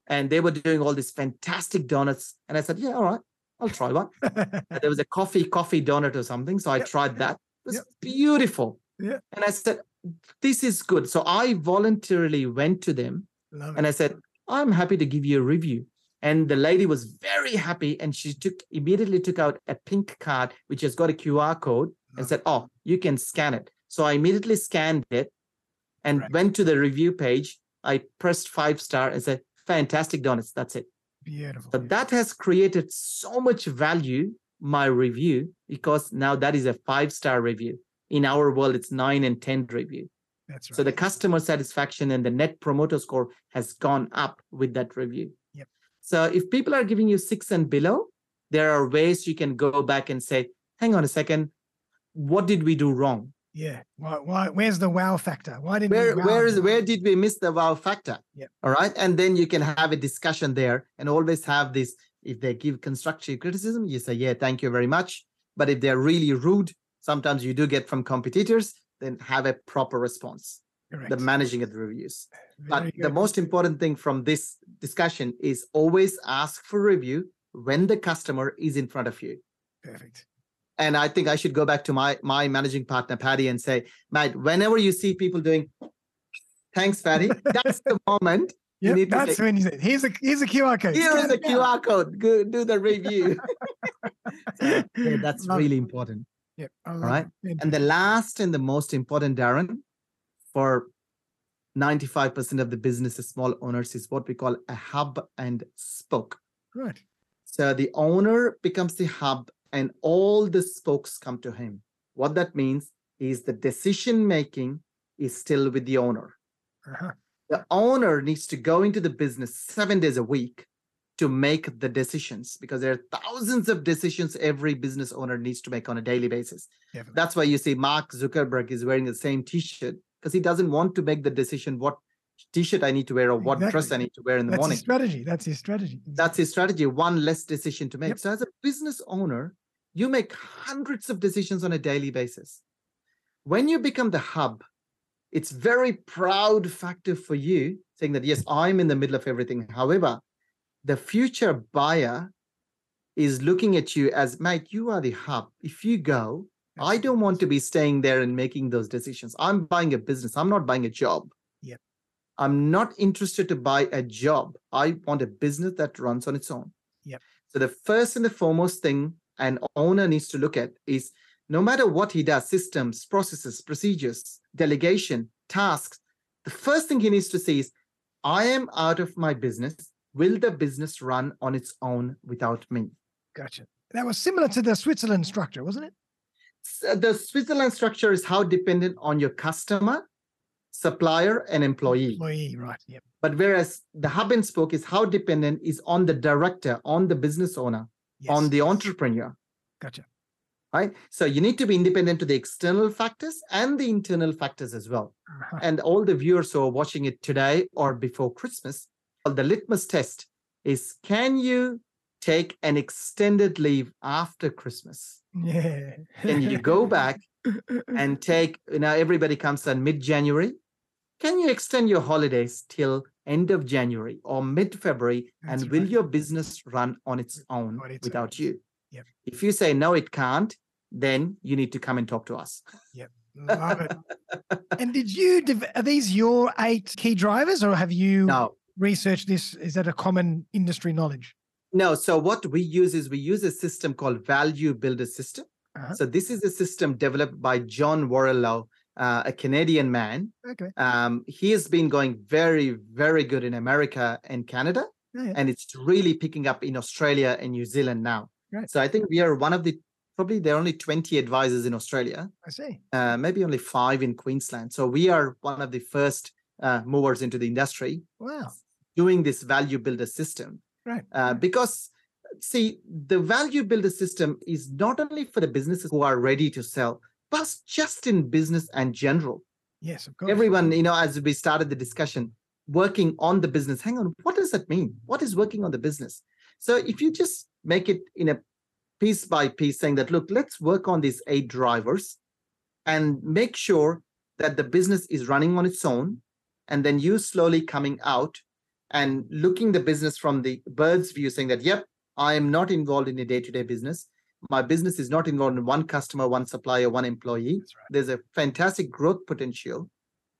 S2: and they were doing all these fantastic donuts. And I said, yeah, all right, I'll try one. And there was a coffee coffee donut or something so i
S1: Yep.
S2: tried that it was
S1: Yep.
S2: beautiful
S1: Yeah.
S2: and i said this is good so i voluntarily went to them
S1: Love
S2: and
S1: it.
S2: i said i'm happy to give you a review and the lady was very happy and she took immediately took out a pink card which has got a qr code and
S1: Love
S2: said oh you can scan it so i immediately scanned it and
S1: Right.
S2: went to the review page i pressed five star and said fantastic donuts that's it
S1: Beautiful.
S2: so that has created so much value, my review, because now that is a five star review. In our world, it's nine and 10 review.
S1: That's right.
S2: So the customer satisfaction and the net promoter score has gone up with that review.
S1: Yep.
S2: So if people are giving you six and below, there are ways you can go back and say, hang on a second, what did we do wrong?
S1: yeah. Why, why, where's the wow factor? Why didn't
S2: Where
S1: we wow
S2: where is
S1: them?
S2: where did we miss the wow factor?
S1: Yep.
S2: All right. And then you can have a discussion there and always have this. If they give constructive criticism, you say, yeah, thank you very much. But if they're really rude, sometimes you do get from competitors, then have a proper response.
S1: Correct.
S2: The managing of the reviews. But
S1: Very
S2: the
S1: good.
S2: most important thing from this discussion is always ask for review when the customer is in front of you.
S1: perfect.
S2: And I think I should go back to my my managing partner Patty and say, Matt, whenever you see people doing, thanks, Patty. That's the moment. you
S1: Yep,
S2: need to
S1: that's
S2: take-
S1: when you say, here's a here's a QR code.
S2: Here is
S1: scan
S2: a
S1: it now."
S2: QR code. Go do the review. So, yeah, that's
S1: Love it.
S2: really important.
S1: Yep. I love
S2: right?
S1: it.
S2: And the last and the most important, Darren, for 95% of the business of small owners is what we call a hub and spoke.
S1: right.
S2: So the owner becomes the hub and all the spokes come to him. What that means is the decision making is still with the owner.
S1: Uh-huh.
S2: The owner needs to go into the business seven days a week to make the decisions because there are thousands of decisions every business owner needs to make on a daily basis.
S1: Definitely.
S2: That's why you see Mark Zuckerberg is wearing the same t shirt because he doesn't want to make the decision what t shirt I need to wear or what dress
S1: Exactly.
S2: I need to wear in the
S1: That's
S2: morning
S1: his strategy. That's his strategy.
S2: that's his strategy one less decision to make
S1: Yep.
S2: so as a business owner you make hundreds of decisions on a daily basis when you become the hub it's very proud factor for you saying that yes i'm in the middle of everything however the future buyer is looking at you as mate you are the hub if you go i don't want to be staying there and making those decisions i'm buying a business i'm not buying a job
S1: Yep.
S2: i'm not interested to buy a job i want a business that runs on its own
S1: Yep.
S2: so the first and the foremost thing an owner needs to look at is no matter what he does systems processes procedures delegation tasks the first thing he needs to see is i am out of my business will the business run on its own without me
S1: Gotcha. That was similar to the Switzerland structure, wasn't it?
S2: S- uh, the Switzerland structure is how dependent on your customer, supplier, and employee.
S1: Employee, right. Yep.
S2: But whereas the hub and spoke is how dependent is on the director, on the business owner, on
S1: Yes,
S2: the
S1: yes.
S2: entrepreneur.
S1: Gotcha.
S2: Right. So you need to be independent to the external factors and the internal factors as well.
S1: Uh-huh.
S2: And all the viewers who are watching it today or before Christmas, the litmus test is can you take an extended leave after Christmas?
S1: Yeah.
S2: Can you go back and
S1: Mm-hmm.
S2: take you know everybody comes on mid january can you extend your holidays till end of january or mid february
S1: That's
S2: and will
S1: right.
S2: your business run on its own
S1: On its own.
S2: without you
S1: Yep.
S2: if you say no it can't then you need to come and talk to us
S1: Love it. And did you, dev- are these your eight key drivers or have you
S2: no
S1: researched this? Is that a common industry knowledge?
S2: No, so what we use is we use a system called Value Builder System.
S1: Uh-huh.
S2: So this is a system developed by John Warrelow, uh, a Canadian man.
S1: Okay.
S2: Um, he has been going very, very good in America and Canada,
S1: Yeah, yeah.
S2: and it's really picking up in Australia and New Zealand now.
S1: Right.
S2: So I think we are one of the probably there are only 20 advisors in Australia,
S1: I see.
S2: uh, maybe only five in Queensland. So we are one of the first uh, movers into the industry
S1: Wow.
S2: doing this value builder system.
S1: Right.
S2: Uh, because see, the value builder system is not only for the businesses who are ready to sell, but just in business and general.
S1: Yes, of course.
S2: Everyone, you know, as we started the discussion, working on the business. Hang on, what does that mean? What is working on the business? So if you just make it in a piece by piece, saying that, look, let's work on these eight drivers and make sure that the business is running on its own, and then you slowly coming out and looking the business from the bird's view, saying that, yep, I am not involved in a day-to-day business. My business is not involved in one customer, one supplier, one employee.
S1: That's right.
S2: There's a fantastic growth potential.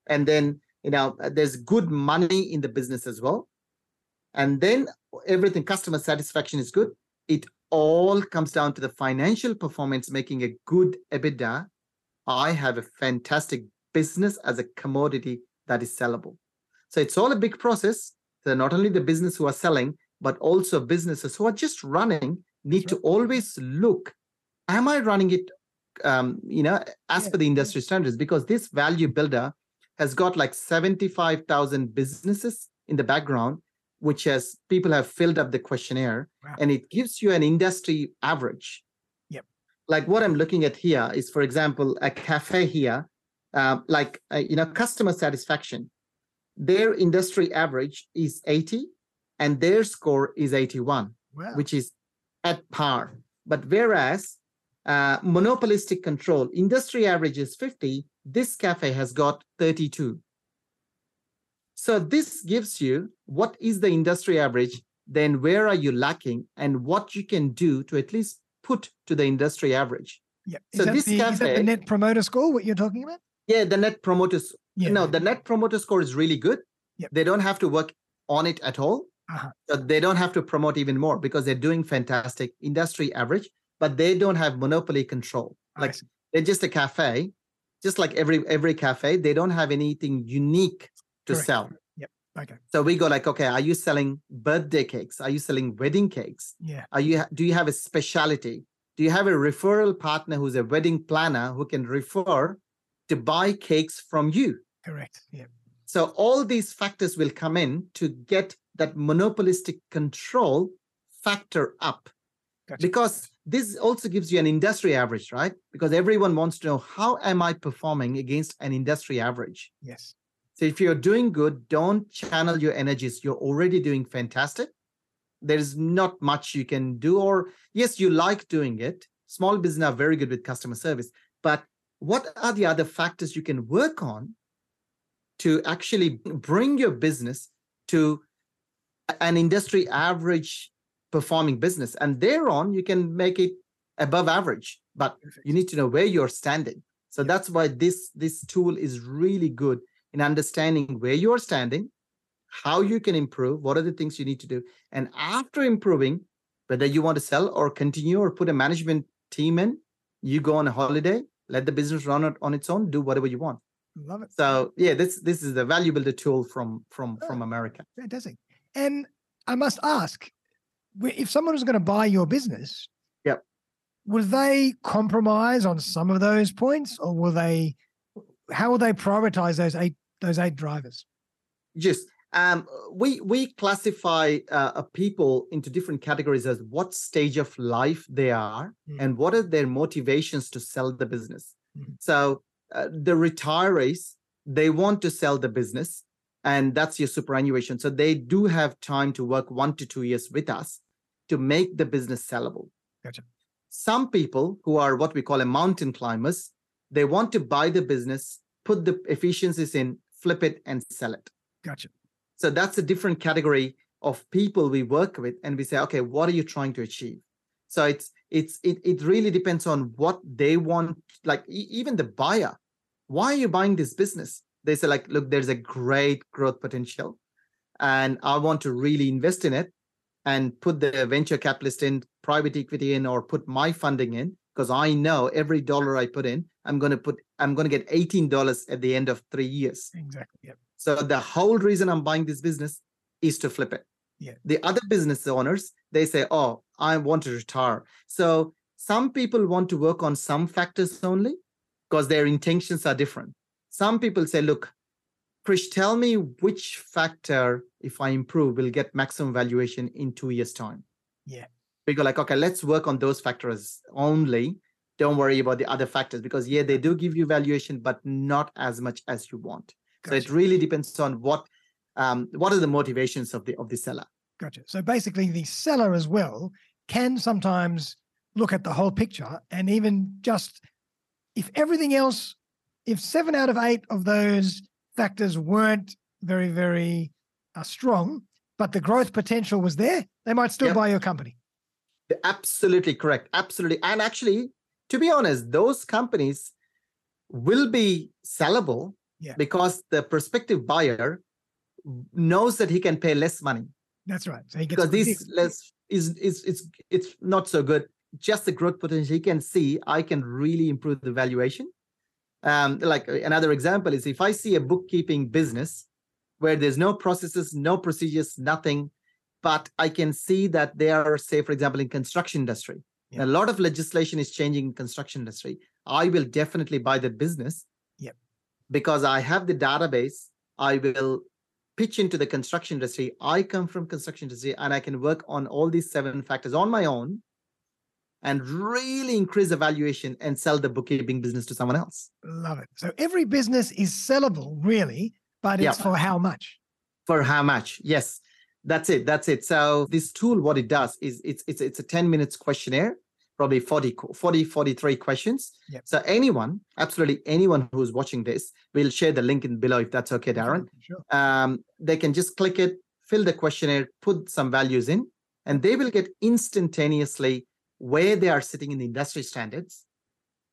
S2: And then you know uh, there's good money in the business as well and then everything customer satisfaction is good it all comes down to the financial performance making a good ebitda i have a fantastic business as a commodity that is sellable so it's all a big process so not only the business who are selling but also businesses who are just running need to always look am i running it um, you know as
S1: Yeah,
S2: per the industry standards because this value builder has got like 75,000 businesses in the background, which has people have filled up the questionnaire
S1: Wow.
S2: and it gives you an industry average.
S1: Yep.
S2: Like what I'm looking at here is, for example, a cafe here, uh, like, uh, you know, customer satisfaction. Their industry average is 80 and their score is 81
S1: Wow.
S2: which is at par. But whereas uh, monopolistic control, industry average is 50, this cafe has got 32. So this gives you what is the industry average, then where are you lacking, and what you can do to at least put to the industry average.
S1: yeah.
S2: so
S1: that
S2: this
S1: the, is that the
S2: cafe-
S1: net promoter score? What you're talking about?
S2: Yeah, the net promoter s-
S1: Yeah.
S2: no, the net promoter score is really good.
S1: Yep.
S2: They don't have to work on it at all.
S1: Uh-huh.
S2: So they don't have to promote even more because they're doing fantastic industry average, but they don't have monopoly control.
S1: I
S2: Like
S1: see.
S2: they're just a cafe, just like every every cafe, they don't have anything unique to
S1: Correct.
S2: sell.
S1: Yep. Okay.
S2: So we go like, okay, are you selling birthday cakes? Are you selling wedding cakes?
S1: Yeah.
S2: Are you do you have a specialty? Do you have a referral partner who's a wedding planner who can refer to buy cakes from you?
S1: Correct. Yeah.
S2: So all these factors will come in to get that monopolistic control factor up.
S1: Gotcha.
S2: Because this also gives you an industry average, right? Because everyone wants to know how am I performing against an industry average?
S1: Yes.
S2: So if you're doing good, don't channel your energies. You're already doing fantastic. There's not much you can do, or yes, you like doing it. Small business are very good with customer service, but what are the other factors you can work on to actually bring your business to an industry average performing business? And thereon, you can make it above average, but
S1: Perfect.
S2: you need to know where you're standing. So that's why this this tool is really good in understanding where you're standing, how you can improve, what are the things you need to do. And after improving, whether you want to sell or continue or put a management team in, you go on a holiday, let the business run it on its own, do whatever you want.
S1: Love it.
S2: So yeah, this this is a valuable tool from from
S1: Oh.
S2: from America.
S1: Fantastic. And I must ask, wh- if someone was going to buy your business,
S2: Yep.
S1: will they compromise on some of those points, or will they? How will they prioritize those eight those eight drivers?
S2: Yes. Um, we we classify uh, uh, people into different categories as what stage of life they are
S1: Mm.
S2: and what are their motivations to sell the business.
S1: Mhm.
S2: So uh, the retirees they want to sell the business, and that's your superannuation. So they do have time to work one to two years with us to make the business sellable.
S1: Gotcha.
S2: Some people who are what we call a mountain climbers, they want to buy the business, put the efficiencies in, flip it, and sell it.
S1: Gotcha.
S2: So that's a different category of people we work with, and we say, okay, what are you trying to achieve? So it's it's it it really depends on what they want. Like e- even the buyer, why are you buying this business? They say like, look, there's a great growth potential, and I want to really invest in it, and put the venture capitalist in, private equity in, or put my funding in because I know every dollar I put in, I'm gonna put I'm gonna get eighteen dollars at the end of three years.
S1: Exactly. Yep.
S2: So the whole reason I'm buying this business is to flip it.
S1: Yeah.
S2: The other business owners, they say, "Oh, I want to retire." So some people want to work on some factors only because their intentions are different. Some people say, "Look, Krish, tell me which factor, if I improve, will get maximum valuation in two years' time.
S1: Yeah.
S2: We go like, okay, let's work on those factors only. Don't worry about the other factors because yeah, they do give you valuation, but not as much as you want. So it
S1: Gotcha.
S2: really depends on what um, what are the motivations of the of the seller.
S1: Gotcha. So basically, the seller as well can sometimes look at the whole picture and even just if everything else, if seven out of eight of those factors weren't very, very uh, strong, but the growth potential was there, they might still
S2: Yep.
S1: buy your company.
S2: The- Absolutely correct. Absolutely. And actually, to be honest, those companies will be sellable
S1: Yeah.
S2: because the prospective buyer knows that he can pay less money
S1: That's right. So he gets
S2: because
S1: good
S2: this
S1: deals.
S2: less is is it's it's not so good. Just the growth potential he can see, I can really improve the valuation. Um, like uh, another example is if I see a bookkeeping business where there's no processes, no procedures, nothing, but I can see that they are, say, for example, in construction industry.
S1: Yeah.
S2: A lot of legislation is changing in construction industry. I will definitely buy that business.
S1: Yep.
S2: Because I have the database, I will pitch into the construction industry. I come from construction industry and I can work on all these seven factors on my own and really increase the valuation and sell the bookkeeping business to someone else
S1: Love it. So every business is sellable, really, but
S2: Yeah.
S1: it's for how much?
S2: for how much yes that's it that's it so this tool what it does is it's it's it's a 10 minutes questionnaire probably 40 qu- 40 43 questions
S1: Yep.
S2: so anyone absolutely anyone who's watching this will share the link in below if that's okay darren
S1: Sure.
S2: um, they can just click it, fill the questionnaire, put some values in, and they will get instantaneously where they are sitting in the industry standards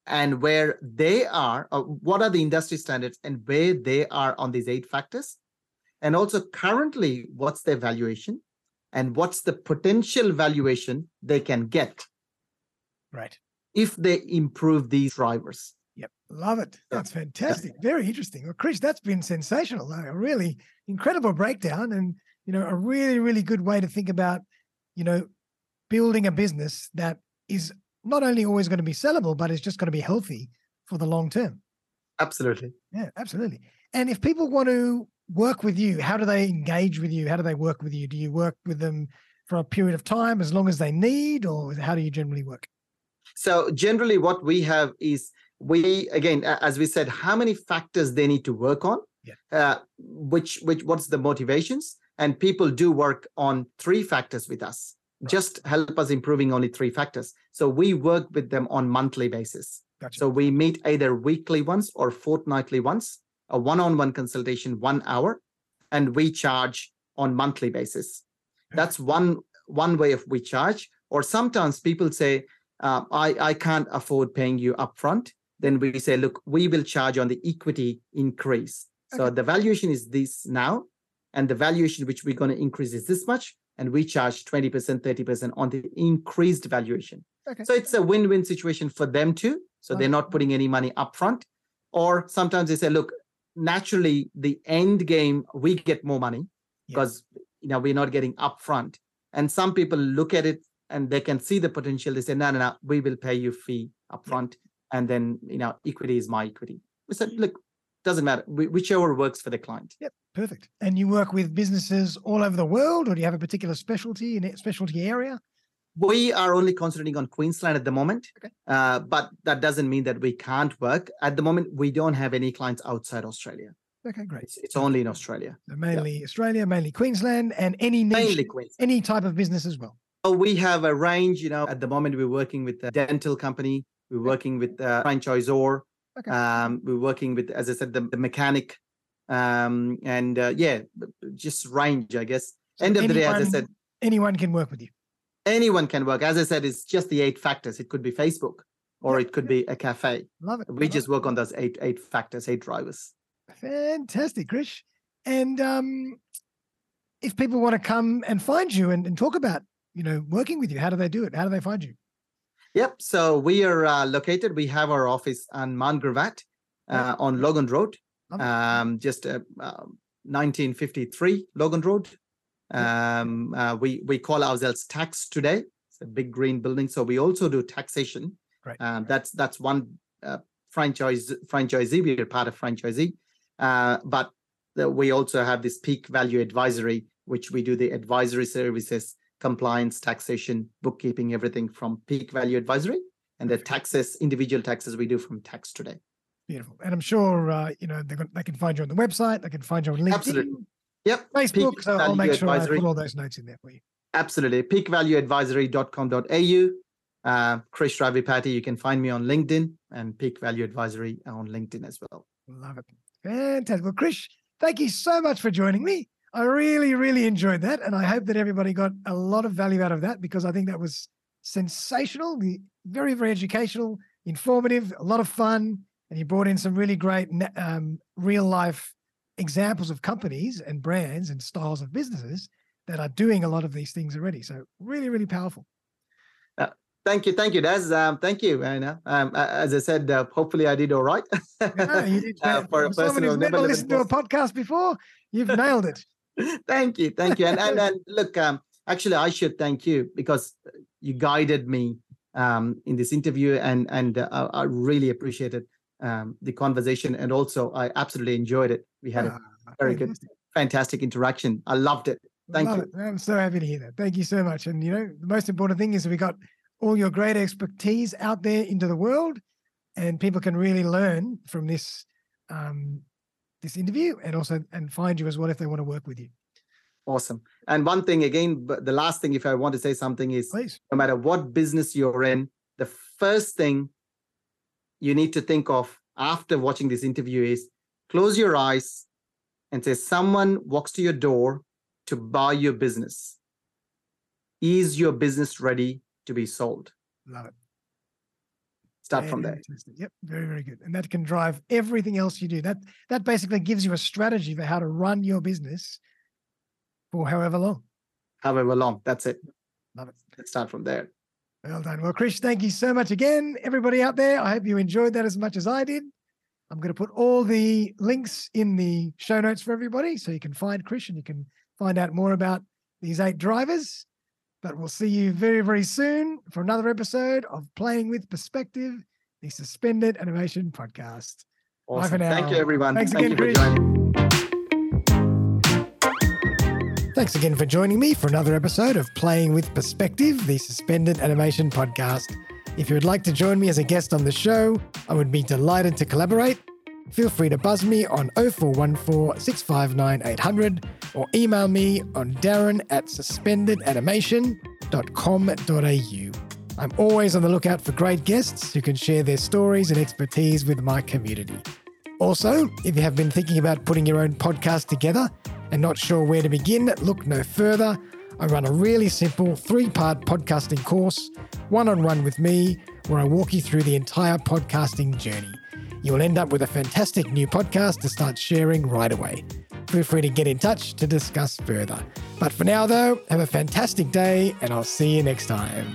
S2: and where they are, uh, what are the industry standards and where they are on these eight factors. And also, currently, what's their valuation and what's the potential valuation they can get
S1: Right.
S2: if they improve these drivers.
S1: Yep. Love it.
S2: Yeah.
S1: That's fantastic. Very interesting. Well, Chris, that's been sensational. A really incredible breakdown and, you know, a really, really good way to think about, you know, building a business that is not only always going to be sellable, but it's just going to be healthy for the long term.
S2: Absolutely.
S1: Yeah, absolutely. And if people want to work with you, how do they engage with you? How do they work with you? Do you work with them for a period of time as long as they need, or how do you generally work?
S2: So generally, what we have is we again, a- as we said, how many factors they need to work on,
S1: Yeah.
S2: uh, which which what's the motivations, and people do work on three factors with us.
S1: Right.
S2: Just help us improving only three factors. So we work with them on monthly basis.
S1: Gotcha.
S2: So we meet either weekly once or fortnightly once, a one-on-one consultation, one hour, and we charge on monthly basis. That's one one way of we charge. Or sometimes people say, uh, I, I can't afford paying you upfront, then we say, look, we will charge on the equity increase. So
S1: Okay.
S2: the valuation is this now, and the valuation which we're going to increase is this much, and we charge 20%, 30% on the increased valuation.
S1: okay.
S2: So it's a win win situation for them too. So they're not putting any money upfront. Or sometimes they say, look, naturally, the end game, we get more money
S1: Yeah.
S2: because you know we're not getting upfront. And some people look at it and they can see the potential. They say, no, no, no, we will pay you fee upfront. And then, you know, equity is my equity. We said, look, doesn't matter, whi- whichever works for the client.
S1: Perfect. And you work with businesses all over the world, or do you have a particular specialty in a specialty area?
S2: We are only concentrating on Queensland at the moment,
S1: Okay.
S2: uh, but that doesn't mean that we can't work. At the moment, we don't have any clients outside Australia.
S1: Okay, great.
S2: It's, it's only in Australia,
S1: So mainly Australia, mainly Queensland, and any niche,
S2: mainly Queensland.
S1: any type of business as well.
S2: So we have a range. You know, at the moment we're working with a dental company. We're working with a franchisor.
S1: Okay.
S2: Um, we're working with, as I said, the, the mechanic, um, and uh, yeah, b- b- just range, I guess.
S1: So
S2: End of the day, as I said,
S1: anyone- anyone can work with you.
S2: anyone can work. As I said, it's just the eight factors. It could be Facebook, or
S1: Yep,
S2: it could
S1: yep.
S2: be a cafe.
S1: Love it.
S2: We
S1: love
S2: just
S1: it.
S2: work on those eight eight factors, eight drivers.
S1: fantastic, Krish. And um, if people want to come and find you and, and talk about, you know, working with you, how do they do it? How do they find you?
S2: Yep. So we are uh, located. We have our office on Mangravat
S1: Yeah.
S2: uh, on Logan Road,
S1: Love it.
S2: um, just uh, uh, 1953 Logan Road. Um, uh, we we call ourselves Tax Today. It's a big green building. So we also do taxation.
S1: Right.
S2: Um, that's that's one uh, franchise franchisee. We are part of franchisee, uh, but that we also have this peak value advisory, which we do the advisory services, compliance, taxation, bookkeeping, everything from peak value advisory. And the taxes, individual taxes we do from tax today.
S1: Beautiful. And I'm sure, uh, you know, they, they can find you on the website, they can find you on LinkedIn,
S2: Absolutely. Yep.
S1: Facebook.
S2: Peak
S1: so I'll
S2: Value
S1: make sure I
S2: Advisory.
S1: put all those notes in there for you.
S2: Absolutely. Peakvalueadvisory.com.au. Uh, Krish Ravipati, you can find me on LinkedIn and Peak Value Advisory on LinkedIn as well.
S1: Love it. Fantastic. Well, Krish, thank you so much for joining me. I really, really enjoyed that. And I hope that everybody got a lot of value out of that because I think that was sensational, the- very, very educational, informative, a lot of fun. And you brought in some really great na- um, real life examples of companies and brands and styles of businesses that are doing a lot of these things already. So, really, really powerful.
S2: Thank you. Thank you, Des. Um, thank you. And uh, um, a- as I said, uh, hopefully I did all right.
S1: Yeah, Ah, you did
S2: Uh,
S1: great.
S2: for a person
S1: someone who's
S2: who've never
S1: never
S2: lived in
S1: listened to a podcast before, you've nailed it.
S2: thank you thank you and and, and look um actually i should thank you because you guided me um in this interview and and uh, I- i really appreciated um the conversation and also i absolutely enjoyed it we had a
S1: Ah,
S2: very good
S1: fantastic.
S2: fantastic interaction i loved it Thank
S1: Love
S2: you.
S1: it. I'm so happy to hear that. Thank you so much. And you know, the most important thing is we got all your great expertise out there into the world, and people can really learn from this um, this interview, and also and find you as well if they want to work with you.
S2: awesome and one thing again but the last thing if i want to say something is
S1: Please.
S2: no matter what business you're in, the first thing you need to think of after watching this interview is close your eyes and say, someone walks to your door to buy your business. Is your business ready to be sold?
S1: Love it.
S2: Start from there.
S1: Fantastic. Yep. Very, very good. And that can drive everything else you do. That that basically gives you a strategy for how to run your business for however long.
S2: However long, that's it.
S1: Love it.
S2: Let's start from there.
S1: Well done. Well, Krish, thank you so much again. Everybody out there, I hope you enjoyed that as much as I did. I'm going to put all the links in the show notes for everybody so you can find Krish and you can find out more about these eight drivers. But we'll see you very, very soon for another episode of Playing with Perspective, the Suspended Animation Podcast. Bye for
S2: Awesome. Thank you,
S1: now.
S2: everyone.
S1: Thanks
S2: Thank
S1: again,
S2: you for
S1: Chris.
S2: joining.
S1: Thanks again for joining me for another episode of Playing with Perspective, the suspended animation podcast. If you would like to join me as a guest on the show, I would be delighted to collaborate. Feel free to buzz me on 0414 659 800 or email me on darren at suspendedanimation.com.au. I'm always on the lookout for great guests who can share their stories and expertise with my community. Also, if you have been thinking about putting your own podcast together and not sure where to begin, look no further. I run a really simple three part podcasting course, one on one with me, where I walk you through the entire podcasting journey. You'll end up with a fantastic new podcast to start sharing right away. Feel free to get in touch to discuss further. But for now, though, have a fantastic day, and I'll see you next time.